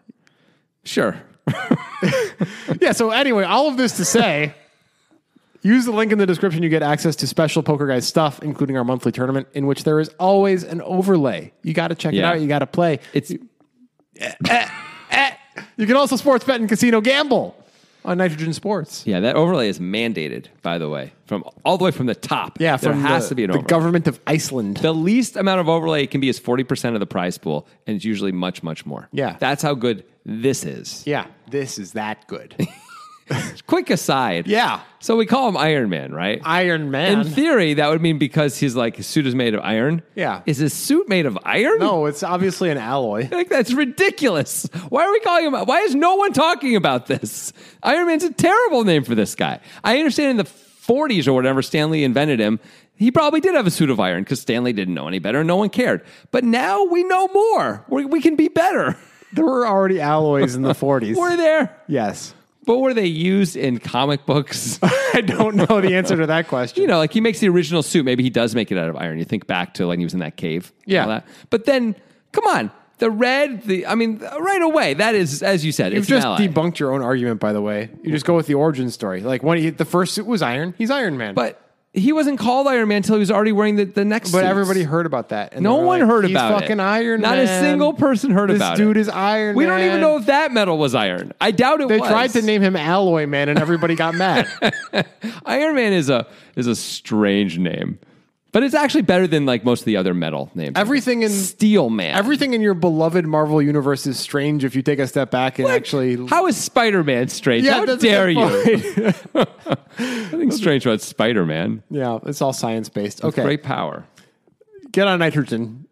Sure. Yeah, so anyway, all of this to say, use the link in the description. You get access to special Poker Guys stuff, including our monthly tournament, in which there is always an overlay. You got to check Yeah. it out. You got to play. It's You can also sports bet and casino gamble on Nitrogen Sports. yeah, that overlay is mandated, by the way, from all the way from the top. Yeah, there from has the, to be an the overlay. government of Iceland. The least amount of overlay it can be is 40% of the prize pool, and it's usually much, much more. Yeah. That's how good this is. yeah, this is that good. Quick aside. Yeah. So we call him Iron Man, right? Iron Man. In theory, that would mean because he's like, his suit is made of iron. Yeah. Is his suit made of iron? no, it's obviously an alloy. Like, that's ridiculous. Why are we calling him? Why is no one talking about this? Iron Man's a terrible name for this guy. I understand in the 40s or whatever Stanley invented him, he probably did have a suit of iron because Stanley didn't know any better. No one cared. But now we know more. we we can be better. There were already alloys in the 40s. We're there. yes. But were they used in comic books? I don't know the answer to that question. you know, like he makes the original suit. Maybe he does make it out of iron. You think back to like he was in that cave. and Yeah. all that. But then, come on. The red, the I mean, right away. That is, as you said, You've it's an just ally. debunked your own argument, by the way. You just go with the origin story. Like when he, the first suit was Iron, he's Iron Man. But he wasn't called Iron Man until he was already wearing the, the next. but suits. everybody heard about that. and no they were one like, heard "He's about it. Fucking Iron Not Man. a single person heard this about dude it. is Iron. We don't even Man." know if that metal was iron. I doubt it. they was. tried to name him Alloy Man, and everybody got mad. Iron Man is a is a strange name, but it's actually better than like most of the other metal names. Everything in Steel Man. everything in your beloved Marvel universe is strange if you take a step back and Like, actually. how is Spider Man strange? Yeah, how that's a dare good you? Nothing strange about Spider Man. yeah, it's all science based. Okay, Great power. get on nitrogen.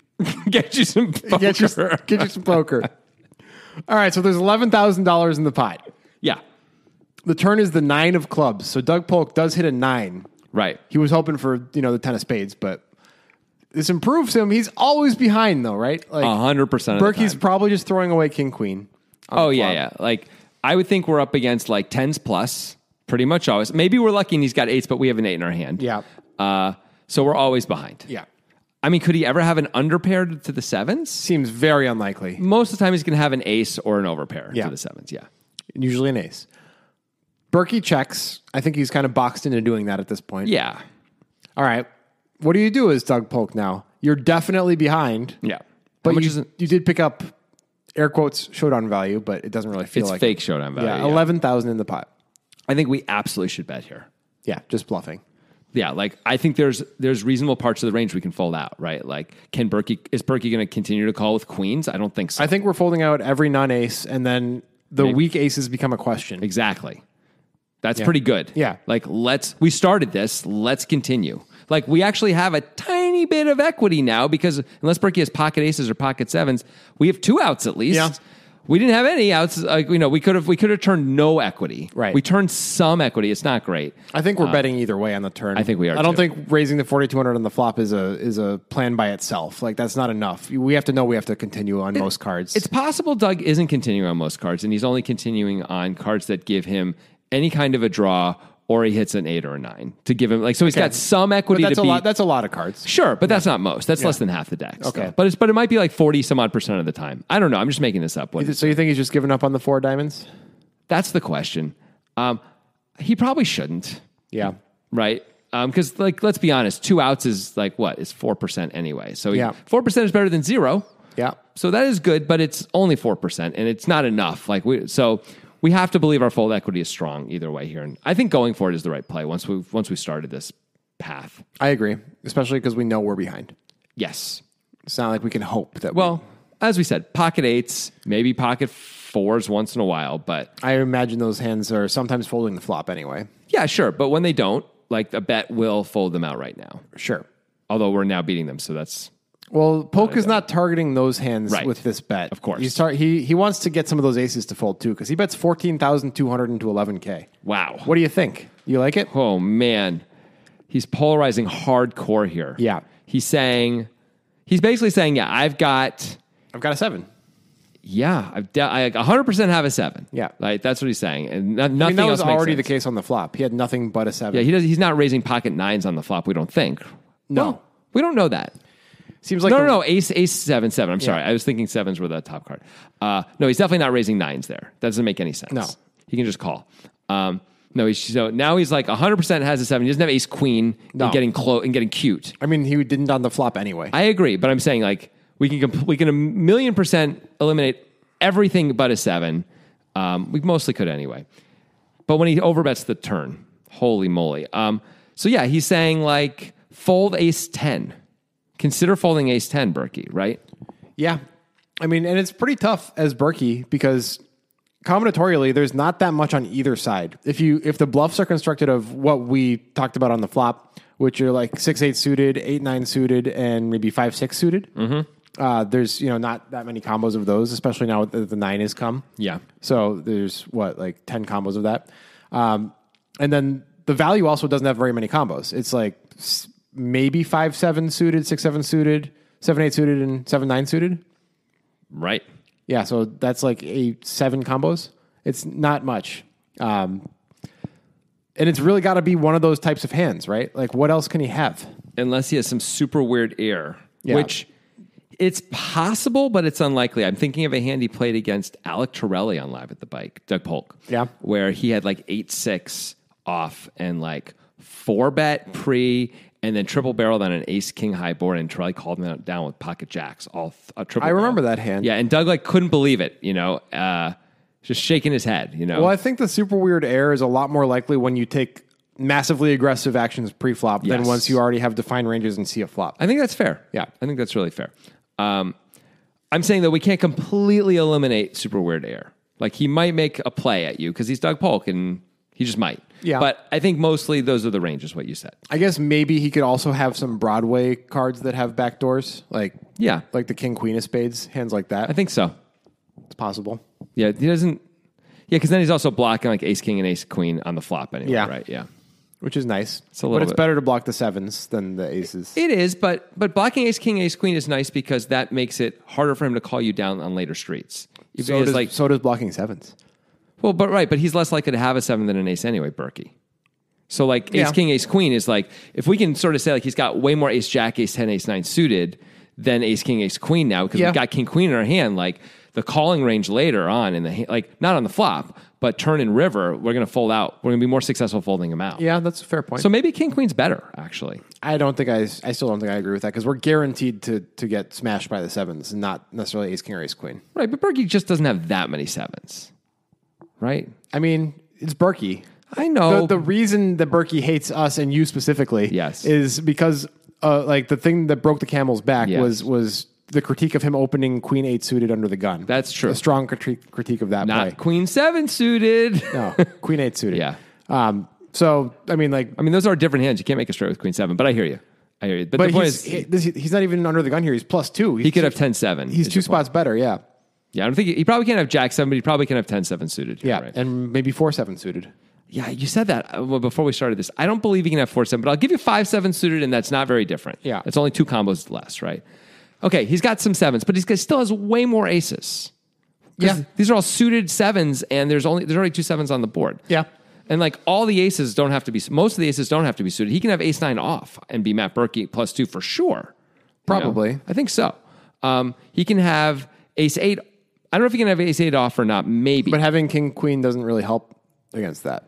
Get you some poker. Get you, get you some poker. all right, so there's eleven thousand dollars in the pot. yeah, The turn is the nine of clubs. So Doug Polk does hit a nine. right. He was hoping for you know the ten of spades, but this improves him. He's always behind though, right? Like hundred percent. Berkey's probably just throwing away king queen. on the Oh yeah, flop. yeah. Like I would think we're up against like tens plus, pretty much always. Maybe we're lucky and he's got eights, but we have an eight in our hand. Yeah. Uh, so we're always behind. yeah. I mean, could he ever have an underpair to the sevens? Seems very unlikely. Most of the time, he's going to have an ace or an overpair Yeah. to the sevens. Yeah. Usually an ace. Berkey checks. I think he's kind of boxed into doing that at this point. Yeah. All right. What do you do as Doug Polk now? You're definitely behind. Yeah. How But much you, is it? you did pick up air quotes showdown value, but it doesn't really feel It's like fake it. showdown value, Yeah, yeah. eleven thousand in the pot. I think we absolutely should bet here. Yeah, just bluffing. Yeah, like I think there's there's reasonable parts of the range we can fold out, right? Like, can Berkey is Berkey going to continue to call with queens? I don't think so. I think we're folding out every non-ace, and then the weak aces become a question. Exactly. That's pretty good. Yeah. Like let's we started this, let's continue. Like we actually have a tiny bit of equity now because unless Berkey has pocket aces or pocket sevens, we have two outs at least. Yeah. We didn't have any outs. Like you know, we could have we could have turned no equity. Right. We turned some equity. It's not great. I think we're betting either way on the turn. Uh, I think we are, I don't too. think raising the forty two hundred on the flop is a is a plan by itself. Like that's not enough. We have to know we have to continue on most cards. It's possible Doug isn't continuing on most cards, and he's only continuing on cards that give him any kind of a draw, or he hits an eight or a nine to give him like. So he's got some but equity that's to a beat. lot. That's a lot of cards. Sure, but that's not most. That's less than half the deck. Okay. but it's but it might be like forty some odd percent of the time. I don't know. I'm just making this up. What- So you think he's just giving up on the four diamonds? That's the question. Um, he probably shouldn't, Yeah. right? Because like, let's be honest, two outs is like what? It's four percent anyway. So Yeah. four percent is better than zero. Yeah. So that is good, but it's only four percent, and it's not enough. Like we, so we have to believe our fold equity is strong either way here, and I think going for it is the right play once we once we started this path. I agree, especially because we know we're behind. Yes, It's not like we can hope that. we- Well, as we said, pocket eights, maybe pocket fours once in a while, but I imagine those hands are sometimes folding the flop anyway. yeah, sure. But when they don't, like a bet will fold them out right now. Sure. Although we're now beating them, so that's Well, Polk is not targeting those hands Right. with this bet. Of course. he's tar- he he wants to get some of those aces to fold too because he bets fourteen thousand two hundred into eleven k. wow. What do you think? You like it? Oh man, he's polarizing hardcore here. Yeah. he's saying, he's basically saying, yeah, I've got. I've got a seven. Yeah, I've de- I 100% have a seven. Yeah. Like, that's what he's saying. And no- nothing I mean, that was else makes already the sense. case on the flop. He had nothing but a seven. Yeah, he does, he's not raising pocket nines on the flop, we don't think. No. Well, we don't know that. Seems like no, the- no, no. Ace, ace, seven, seven. I'm sorry. I was thinking sevens were the top card. Uh, no, he's definitely not raising nines there. That doesn't make any sense. No. He can just call. Um, no, he's so now he's like 100% has a seven. He doesn't have ace queen No. and getting close and getting cute. I mean, he didn't on the flop anyway. I agree, but I'm saying like we can comp- we can a million percent eliminate everything but a seven. Um, we mostly could anyway. But when he overbets the turn, holy moly. Um, so yeah, he's saying like fold ace 10. Consider folding ace 10, Berkey, right? yeah, I mean, and it's pretty tough as Berkey because combinatorially, there's not that much on either side. If you if the bluffs are constructed of what we talked about on the flop, which are like six eight suited, eight nine suited, and maybe five six suited. Mm-hmm. Uh, there's you know not that many combos of those, especially now that the nine has come. Yeah. So there's what like ten combos of that, um, and then the value also doesn't have very many combos. It's like s- maybe five seven suited, six seven suited, seven eight suited, and seven nine suited. Right. Yeah, so that's like a seven combos. It's not much, um, and it's really got to be one of those types of hands, right? Like, what else can he have? Unless he has some super weird air, Yeah. which it's possible, but it's unlikely. I'm thinking of a hand he played against Alec Torelli on Live at the Bike, Doug Polk. Yeah. Where he had like 8 6 off and like four bet pre and then triple barreled on an ace king high board and Torelli called him out down with pocket jacks, all th- a triple I remember barrel. that hand. Yeah. And Doug like couldn't believe it, you know, uh, just shaking his head, you know. Well, I think the super weird error is a lot more likely when you take massively aggressive actions pre-flop than Yes. once you already have defined ranges and see a flop. I think that's fair. Yeah. I think that's really fair. Um, I'm saying that we can't completely eliminate super weird air. Like he might make a play at you because he's Doug Polk and he just might. Yeah. But I think mostly those are the ranges, what you said. I guess maybe he could also have some Broadway cards that have back doors, like Yeah. like the King Queen of Spades, hands like that. I think so. it's possible. Yeah. He doesn't. Yeah. Because then he's also blocking like ace king and ace queen on the flop anyway. Yeah. Right. Yeah. which is nice. a little but it's bit- better to block the sevens than the aces. It is, but but blocking ace king, ace queen is nice because that makes it harder for him to call you down on later streets. If he so, has, does, like, so does blocking sevens. Well, but right, but he's less likely to have a seven than an ace anyway, Berkey. So like ace Yeah. king, ace queen is like if we can sort of say like he's got way more ace jack, ace ten, ace nine suited than ace king, ace queen now because Yeah. we've got king queen in our hand. Like the calling range later on in the ha- like not on the flop, But turn and river, we're going to fold out. We're going to be more successful folding them out. Yeah, that's a fair point. So maybe king queen's better actually. I don't think I, I still don't think I agree with that because we're guaranteed to to get smashed by the sevens, not necessarily ace king or ace queen. Right, but Berkey just doesn't have that many sevens. Right? I mean, it's Berkey. I know. The, the reason that Berkey hates us and you specifically, Oh. Yes. is because uh, like the thing that broke the camel's back Yes. was was the critique of him opening queen eight suited under the gun. That's true. A strong critique critique of that not play. queen seven suited. no, queen eight suited. Yeah. Um. So I mean, like, I mean, those are different hands. You can't make a straight with queen seven, but I hear you. I hear you. But, but the point he's, is, he- he, this, he's not even under the gun here. He's plus two. He's could have two- 10 7. He's two spots better. Yeah. Yeah, I don't think he, he probably can't have jack seven, but he probably can have 10 7 suited. here, Yeah, right? and maybe four seven suited. yeah, you said that uh, well, before we started this. I don't believe he can have 4 7, but I'll give you 5 7 suited, and that's not very different. Yeah. It's only two combos less, right? Okay, he's got some sevens, but he's got, still has way more aces. 'Cause Yeah. These are all suited sevens, and there's only there's already two sevens on the board. Yeah. And like all the aces don't have to be, most of the aces don't have to be suited. He can have ace nine off and be Matt Berkey plus two for sure. You know? Probably. I think so. Um, he can have ace eight. I don't know if he can have ace eight off or not. Maybe. But having king queen doesn't really help against that.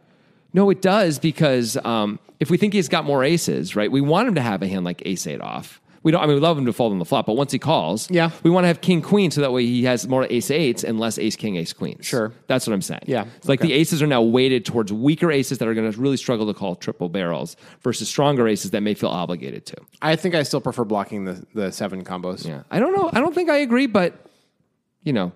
no, it does because um, if we think he's got more aces, right? We want him to have a hand like ace eight off. We don't. I mean, we love him to fold on the flop, but once he calls, Yeah. we want to have king queen so that way he has more ace eights and less ace king ace queens. Sure. that's what I'm saying. Yeah. it's like Okay. the aces are now weighted towards weaker aces that are going to really struggle to call triple barrels versus stronger aces that may feel obligated to. I think I still prefer blocking the, the seven combos. Yeah. I don't know. I don't think I agree, but you know,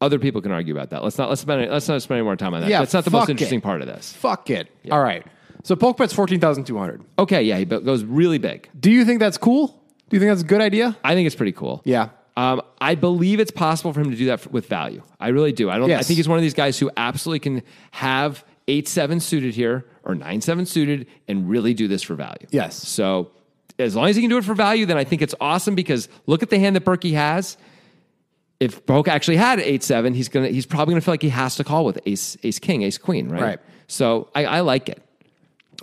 other people can argue about that. Let's not let's spend let's not spend any more time on that. Yeah, That's not the most fuck it. interesting part of this. Fuck it. All right. So poke bet's 14,200. Okay, yeah, he bu- goes really big. Do you think that's cool? Do you think that's a good idea? I think it's pretty cool. Yeah. Um, I believe it's possible for him to do that f- with value. I really do. I don't. I Yes. think he's one of these guys who absolutely can have eight seven suited here or nine seven suited and really do this for value. Yes. So as long as he can do it for value, then I think it's awesome because look at the hand that Berkey has. If Broke actually had eight seven, he's gonna he's probably gonna feel like he has to call with ace ace king ace queen right. Right. So I, I like it.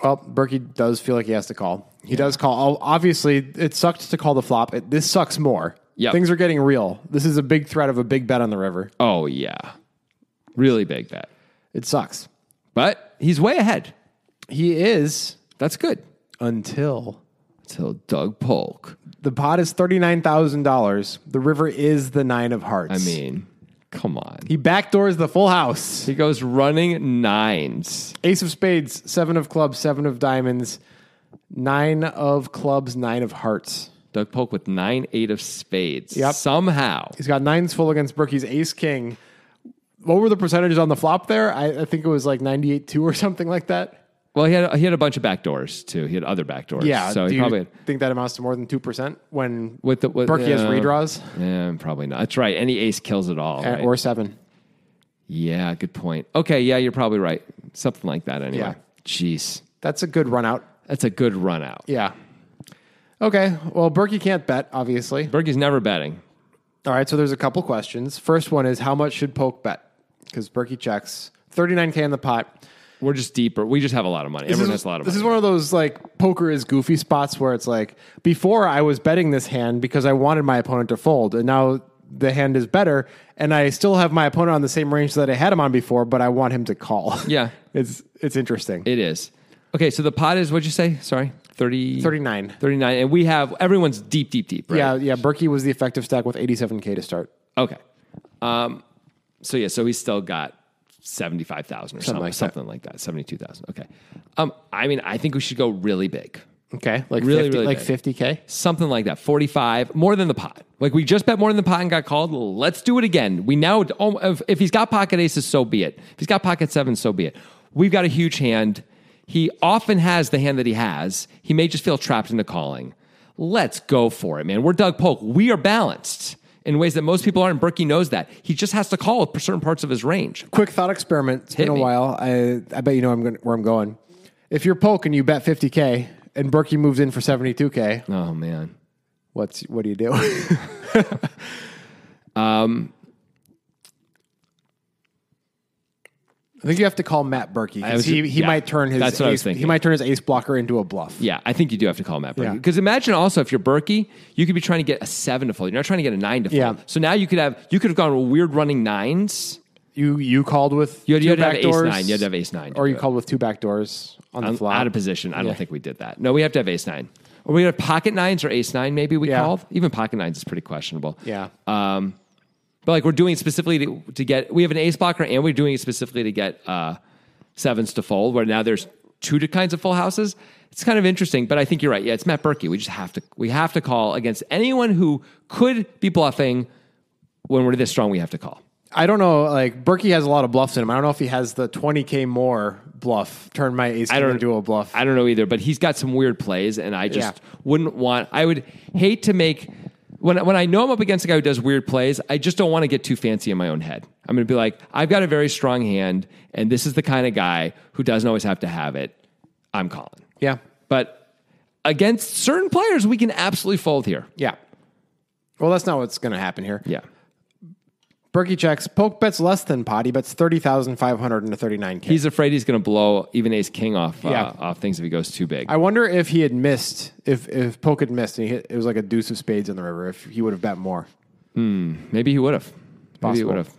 Well, Berkey does feel like he has to call. He does call. Oh, Obviously, it sucked to call the flop. It, this sucks more. Yep. Things are getting real. This is a big threat of a big bet on the river. Oh yeah, really big bet. It sucks. But he's way ahead. He is That's good. until Until Doug Polk. the pot is $39,000. The river is the nine of hearts. I mean, come on. He, he backdoors the full house. goes running nines. Ace of spades, seven of clubs, seven of diamonds, nine of clubs, nine of hearts. Doug Polk with nine eight of spades. Yep. Somehow. He's got nines full against Berkey's ace king. What were the percentages on the flop there? I, I think it was like 98 2 or something like that. Well, he had he had a bunch of back doors too. He had other back doors. Yeah. So do he you probably had, think that amounts to more than 2% when with the with, Berkey has yeah. redraws Yeah, probably not. That's right. Any ace kills it all. Uh, right? or seven? yeah, good point. Okay, yeah, you're probably right. Something like that anyway. Yeah. Jeez. That's a good run out. That's a good run out. Yeah. Okay. Well, Berkey can't bet, obviously. Berkey's never betting. All right. So there's a couple questions. First one is how much should Poke bet? Because Berkey checks 39K in the pot. We're just deeper. We just have a lot of money. Everyone this is, has a lot of this money. is one of those like poker is goofy spots where it's like before I was betting this hand because I wanted my opponent to fold, and now the hand is better, and I still have my opponent on the same range that I had him on before, but I want him to call. Yeah. it's it's interesting. It is. Okay, so the pot is what'd you say? Sorry, 30, 39. 39. And we have everyone's deep, deep, deep. Right? Yeah, yeah. Berkey was the effective stack with 87k to start. Okay. Um. So yeah. So he's still got seventy five thousand or something, like that. something like that. Seventy two thousand. Okay. Um. I mean, I think we should go really big, Okay, like Really, 50, really like big. 50k. something like that. Forty five, more than the pot. Like we just bet more than the pot and got called. Let's do it again. We now, oh, if, if he's got pocket aces, so be it. If he's got pocket seven, so be it. We've got a huge hand. He often has the hand that he has. He may just feel trapped into calling. Let's go for it, man. We're Doug Polk. We are balanced in ways that most people aren't. Berkey knows that. He just has to call with certain parts of his range. Quick thought experiment. It's Hit been a me. while. I I bet you know I'm going where I'm going. If you're poke and you bet 50k, and Berkey moves in for 72k, Oh man. what's what do you do? Um, I think you have to call Matt Berkey I was- because he, he yeah, might turn his that's what I was ace, thinking. he might turn his ace blocker into a bluff. Yeah, I think you do have to call Matt Berkey. Yeah. Because imagine also if you're Berkey, you could be trying to get a seven to fold. You're not trying to get a nine to fold. Yeah. So now you could have you could have gone weird running nines. you you called with You had, you two had to have back doors, ace nine. You had to have ace nine. to or do you it. called with two back doors on the I'm fly. out of position. I don't Yeah. think we did that. No, we have to have ace nine. Or we have pocket nines or ace nine, maybe we Yeah. called. Even pocket nines is pretty questionable. Yeah. Um, but like we're doing it specifically to, to get, we have an ace blocker and we're doing it specifically to get uh, sevens to fold, where now there's two di- kinds of full houses. It's kind of interesting, but I think you're right. Yeah, it's Matt Berkey. We just have to, we have to call against anyone who could be bluffing when we're this strong, we have to call. I don't know. Like Berkey has a lot of bluffs in him. I don't know if he has the twenty k more bluff. Turn my ace I king don't into a bluff. I don't know either, but he's got some weird plays, and I just Yeah. wouldn't want. I would hate to make when when I know I'm up against a guy who does weird plays. I just don't want to get too fancy in my own head. I'm going to be like, I've got a very strong hand, and this is the kind of guy who doesn't always have to have it. I'm calling. yeah, But against certain players, we can absolutely fold here. yeah. Well, that's not what's going to happen here. Yeah, Berkey checks. Poke bets less than pot. He bets thirty thousand five hundred into thirty nine k. he's afraid he's going to blow even Ace King off uh, Yeah. off things if he goes too big. I wonder if he had missed. If if Poke had missed and he hit, it was like a deuce of spades in the river. If he would have bet more. Maybe he would have. Maybe he possible. would have.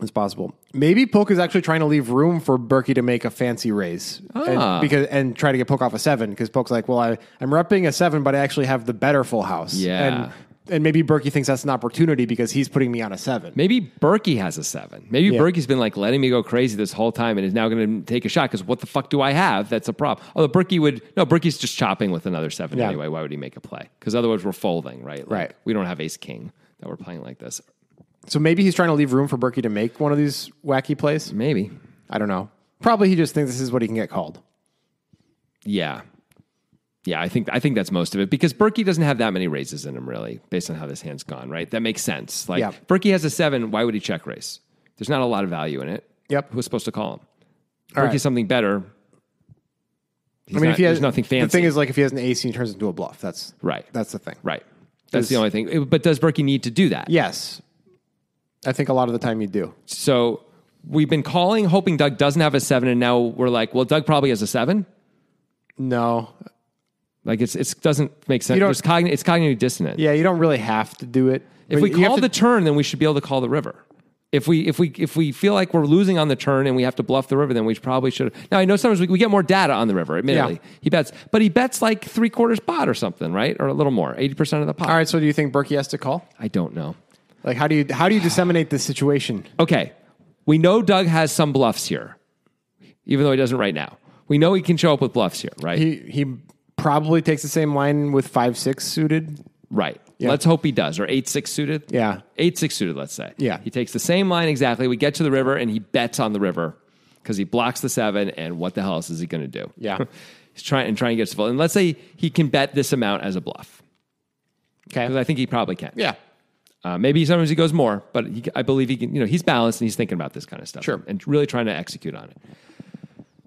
It's possible. Maybe Poke is actually trying to leave room for Berkey to make a fancy raise Ah. and, because and try to get Poke off a seven because Poke's like, well, I, I'm repping a seven, but I actually have the better full house. Yeah. And, and maybe Berkey thinks that's an opportunity because he's putting me on a seven. Maybe Berkey has a seven. Maybe Yeah. Berkey's been like letting me go crazy this whole time and is now going to take a shot because what the fuck do I have? That's a problem. Although Berkey would, no, Berkey's just chopping with another seven Yeah. anyway. Why would he make a play? Because otherwise we're folding, right? Like, Right. We don't have ace king that we're playing like this. So maybe he's trying to leave room for Berkey to make one of these wacky plays. Maybe. I don't know. Probably he just thinks this is what he can get called. Yeah. Yeah, I think I think that's most of it because Berkey doesn't have that many raises in him, really, based on how this hand's gone, right? That makes sense. Like Yeah. Berkey has a seven, why would he check raise? There's not a lot of value in it. Yep. Who's supposed to call him? All Berkey's right. something better. He's I mean, not- if he has there's nothing fancy. The thing is, like, if he has an ace, he turns into a bluff. That's Right. That's the thing. right. That's Does- the only thing. It- But does Berkey need to do that? Yes, I think a lot of the time you do. So we've been calling, hoping Doug doesn't have a seven, and now we're like, well, Doug probably has a seven. No, Like it's it doesn't make sense. don't- There's cogn- it's cognitive dissonance. Yeah, you don't really have to do it. If But we you have call to- the turn, then we should be able to call the river. If we if we if we feel like we're losing on the turn and we have to bluff the river, then we probably should. Now I know sometimes we, we get more data on the river. Admittedly, Yeah. he bets, but he bets like three quarters pot or something, right? Or a little more, eighty percent of the pot. all right, so do you think Berkey has to call? I don't know. Like, how do you how do you disseminate this situation? okay, we know Doug has some bluffs here, even though he doesn't right now. We know he can show up with bluffs here, right? He he probably takes the same line with five six suited. right. Let's hope he does, or eight six suited. Yeah. eight six suited. Let's say. Yeah. he takes the same line exactly. We get to the river, and he bets on the river because he blocks the seven. And what the hell else is he going to do? Yeah. he's trying and trying to get us to fold. And let's say he can bet this amount as a bluff. Because I think he probably can. Yeah. Uh, maybe sometimes he goes more, but he, I believe he can. You know, he's balanced and he's thinking about this kind of stuff. Sure. and really trying to execute on it.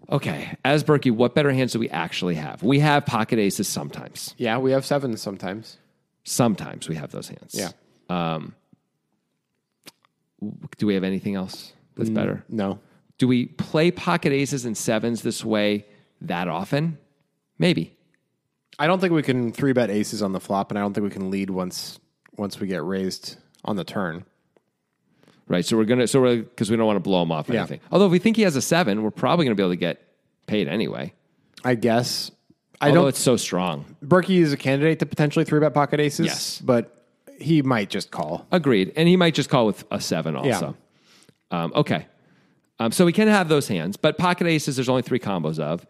Okay, as Berkey, what better hands do we actually have? We have pocket aces sometimes. Yeah, we have sevens sometimes. Sometimes we have those hands. Yeah. Do we have anything else that's Mm. better? No. Do we play pocket aces and sevens this way that often? Maybe. I don't think we can three bet aces on the flop, and I don't think we can lead once once we get raised on the turn. Right. So we're gonna. So we're because we don't want to blow him off or Yeah. anything. Although if we think he has a seven, we're probably gonna be able to get paid anyway. I guess. I Although don't. it's so strong. Berkey is a candidate to potentially three bet pocket aces. Yes. but he might just call. Agreed. And he might just call with a seven also. Um, okay. Um, so we can have those hands, but pocket aces, there's only three combos of.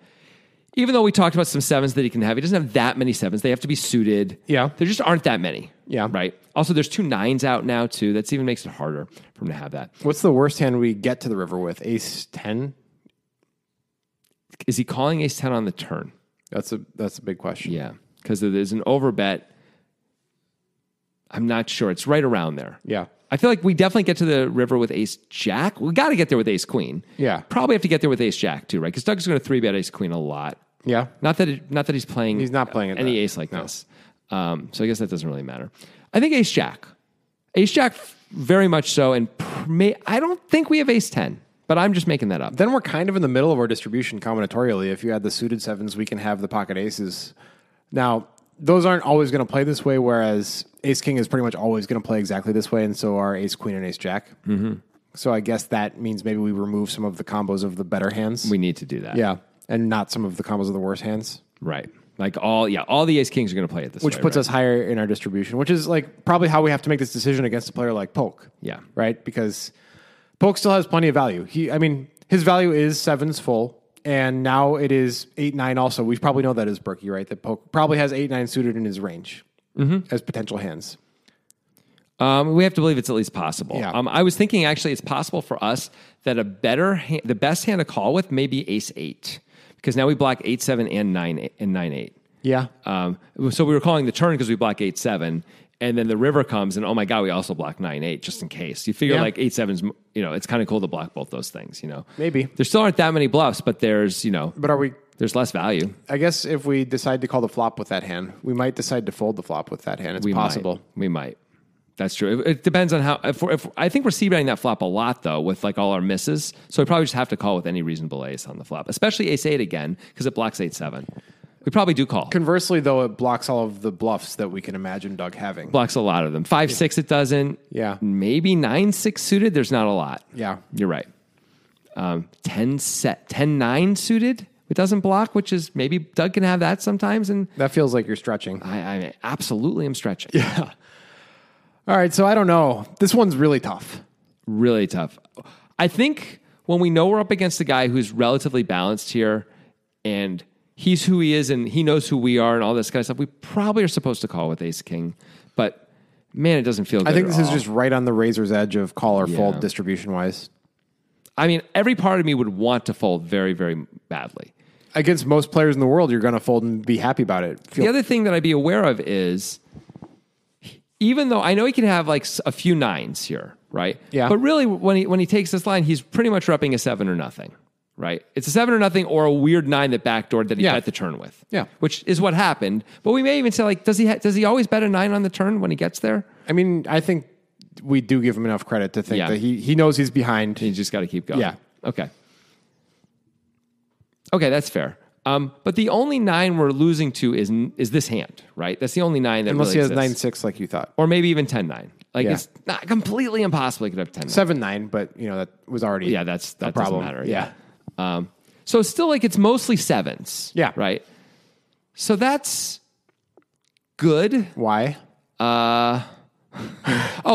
Even though we talked about some sevens that he can have, he doesn't have that many sevens. They have to be suited. Yeah. There just aren't that many. Yeah. Right. Also, there's two nines out now, too. That's even makes it harder for him to have that. What's the worst hand we get to the river with? Ace ten. Is he calling ace 10 on the turn? That's a that's a big question. Yeah. Because there's an overbet. I'm not sure. It's right around there. Yeah. I feel like we definitely get to the river with ace jack. We got to get there with ace queen. Yeah. Probably have to get there with ace jack too, right? Because Doug's going to three bet ace queen a lot. Yeah. Not that it, not that he's playing. He's not playing at any that. ace like this. Um, so I guess that doesn't really matter. I think ace jack, ace jack, very much so. And pr- may, I don't think we have ace ten, but I'm just making that up. Then we're kind of in the middle of our distribution combinatorially. If you had the suited sevens, we can have the pocket aces. Now, those aren't always going to play this way, whereas ace king is pretty much always going to play exactly this way, and so are ace queen and ace jack. So I guess that means maybe we remove some of the combos of the better hands. We need to do that. yeah, and not some of the combos of the worse hands, Right. Like all yeah, all the ace kings are going to play it this which way. puts right? us higher in our distribution, which is like probably how we have to make this decision against a player like Polk. Yeah. right, because Polk still has plenty of value. He, I mean, his value is sevens full. And now it is eight nine. Also, we probably know that is Berkey, right? That Polk probably has eight nine suited in his range Mm-hmm. as potential hands. Um, we have to believe it's at least possible. Yeah. Um, I was thinking actually, it's possible for us that a better, hand, the best hand to call with may be Ace Eight because now we block Eight Seven and Nine and Nine Eight. Yeah, Um, so we were calling the turn because we block Eight Seven, and then the river comes, and oh my god, we also block Nine Eight just in case. You figure Yeah. like Eight Seven's, you know, it's kind of cool to block both those things. You know, Maybe. there still aren't that many bluffs, but there's you know, but are we there's less value. I guess if we decide to call the flop with that hand, we might decide to fold the flop with that hand. It's We possible. Might. We might. That's true. It, it depends on how. If we're, if I think we're c betting that flop a lot though, with like all our misses. So we probably just have to call with any reasonable ace on the flop, especially ace eight again because it blocks eight seven. We probably do call. Conversely, though, it blocks all of the bluffs that we can imagine Doug having. blocks a lot of them. Five six it doesn't. Yeah. Maybe nine six suited. There's not a lot. Yeah. You're right. Um, ten set ten nine suited. It doesn't block, which is maybe Doug can have that sometimes. And That feels like you're stretching. I, I absolutely am stretching. Yeah. All right, so I don't know. This one's really tough. really tough. I think when we know we're up against a guy who's relatively balanced here and he's who he is and he knows who we are and all this kind of stuff, we probably are supposed to call with ace king. But man, it doesn't feel good. I think at this is all. just right on the razor's edge of call or Yeah. fold distribution wise. I mean, every part of me would want to fold very, very badly. Against most players in the world, you're going to fold and be happy about it. Feel- The other thing that I'd be aware of is even though I know he can have like s- a few nines here, right? Yeah. But really, when he when he takes this line, he's pretty much repping a seven or nothing, right? It's a seven or nothing or a weird nine that backdoored that he Yeah. bet the turn with, Yeah. which is what happened. But we may even say like, does he ha- does he always bet a nine on the turn when he gets there? I mean, I think we do give him enough credit to think Yeah. that he, he knows he's behind. You just got to keep going. Yeah. Okay. Okay, that's fair. Um, but the only nine we're losing to is n- is this hand, right? That's the only nine that unless really he has exists. 9 6 like you thought. or maybe even 10 9. Like Yeah. it's not completely impossible he could have 10 9. 7 9, but, you know, that was already Yeah, that's that a problem. doesn't matter. yeah. Yeah. Um, so it's still like it's mostly sevens. Yeah. Right. So that's good. Why? Oh,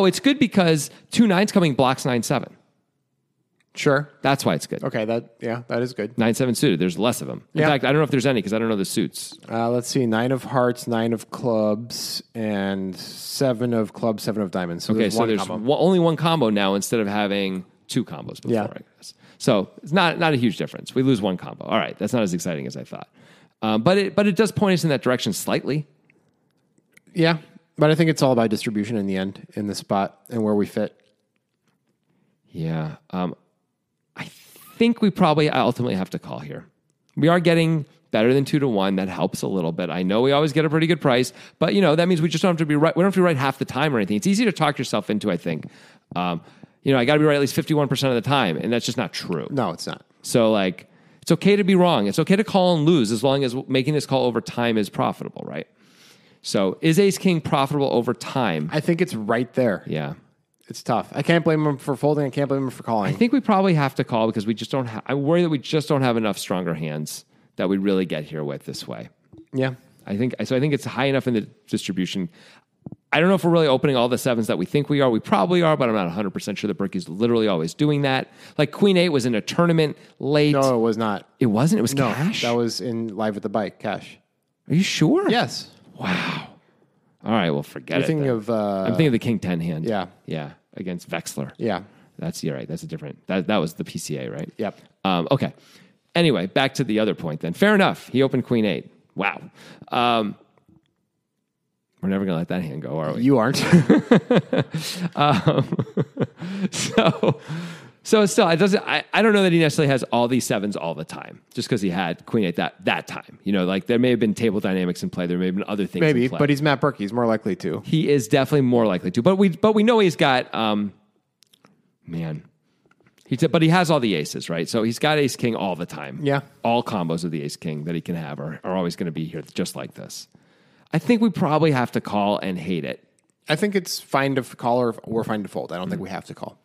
it's good because two nines coming blocks nine seven. Sure. That's why it's good. Okay, that yeah, that is good. Nine seven suited. There's less of them. In Yeah. fact, I don't know if there's any because I don't know the suits. Uh, let's see, nine of hearts, nine of clubs, and seven of clubs, seven of diamonds. So Okay, there's so one there's combo. one- only one combo now instead of having two combos before. Yeah. I guess. So it's not not a huge difference. We lose one combo. All right, that's not as exciting as I thought, um, but it but it does point us in that direction slightly. yeah, but I think it's all about distribution in the end, in the spot and where we fit. Yeah, um, I think we probably ultimately have to call here. We are getting better than two to one. That helps a little bit. I know we always get a pretty good price, but you know that means we just don't have to be right. We don't have to be right half the time or anything. It's easy to talk yourself into. I think. Um, you know, I got to be right at least fifty-one percent of the time, and that's just not true. No, it's not. So like it's okay to be wrong. It's okay to call and lose as long as making this call over time is profitable, right? So is ace king profitable over time? I think it's right there. yeah. It's tough. I can't blame him for folding. I can't blame him for calling. I think we probably have to call because we just don't have I worry that we just don't have enough stronger hands that we really get here with this way. yeah, I think so I think it's high enough in the distribution. I don't know if we're really opening all the sevens that we think we are. We probably are, but I'm not 100% sure that Berkey's literally always doing that. Like Queen 8 was in a tournament late. no, it was not. It wasn't. It was No, cash. that was in live at the bike. Cash. Are you sure? Yes, Wow. All right, well, forget You're it. thinking then. of, uh, I'm thinking of the King Ten hand. Yeah. yeah, against Vexler. Yeah. that's you're right. That's a different. That that was the PCA, right? Yep. Um, okay. Anyway, back to the other point. Then, fair enough. He opened Queen Eight. Wow. Um, we're never gonna let that hand go, are we? you aren't. so so still it doesn't I, I don't know that he necessarily has all these sevens all the time just because he had queen eight that that time you know like there may have been table dynamics in play there may have been other things Maybe, in play. but he's Matt Berkey. He's more likely to. he is definitely more likely to. But we but we know he's got um man. He t- but he has all the aces, right? So he's got ace king all the time. Yeah. All combos of the ace king that he can have are, are always going to be here just like this. I think we probably have to call and hate it. Mm. I think it's fine to f- call or, or fine to fold. I don't think we have to call.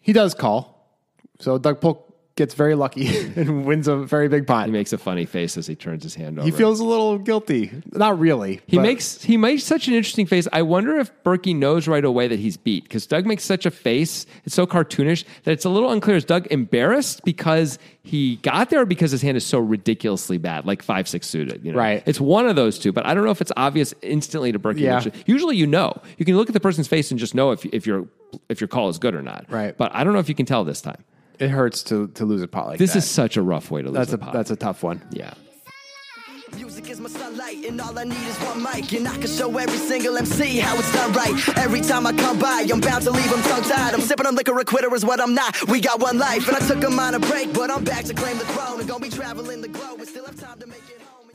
He does call. So Doug Polk gets very lucky and wins a very big pot. He makes a funny face as he turns his hand over. He feels a little guilty. Not really. He makes he makes such an interesting face. I wonder if Berkey knows right away that he's beat because Doug makes such a face. It's so cartoonish that it's a little unclear. Is Doug embarrassed because he got there or because his hand is so ridiculously bad, like five six suited? You know? Right. It's one of those two, but I don't know if it's obvious instantly to Berkey. Yeah. which- Usually, you know, you can look at the person's face and just know if if your if your call is good or not. Right. But I don't know if you can tell this time. It hurts to, to lose a pot like This that. is such a rough way to lose that's a, a pot. that's a tough one. yeah. Music is my sunlight, and all I need is one mic. And I can show every single MC how it's done right. Every time I come by, I'm bound to leave them tongue tied. I'm sipping on liquor, a quitter is what I'm not. We got one life, and I took a minor break, but I'm back to claim the throne. And gonna be traveling the globe, and still have time to make it home.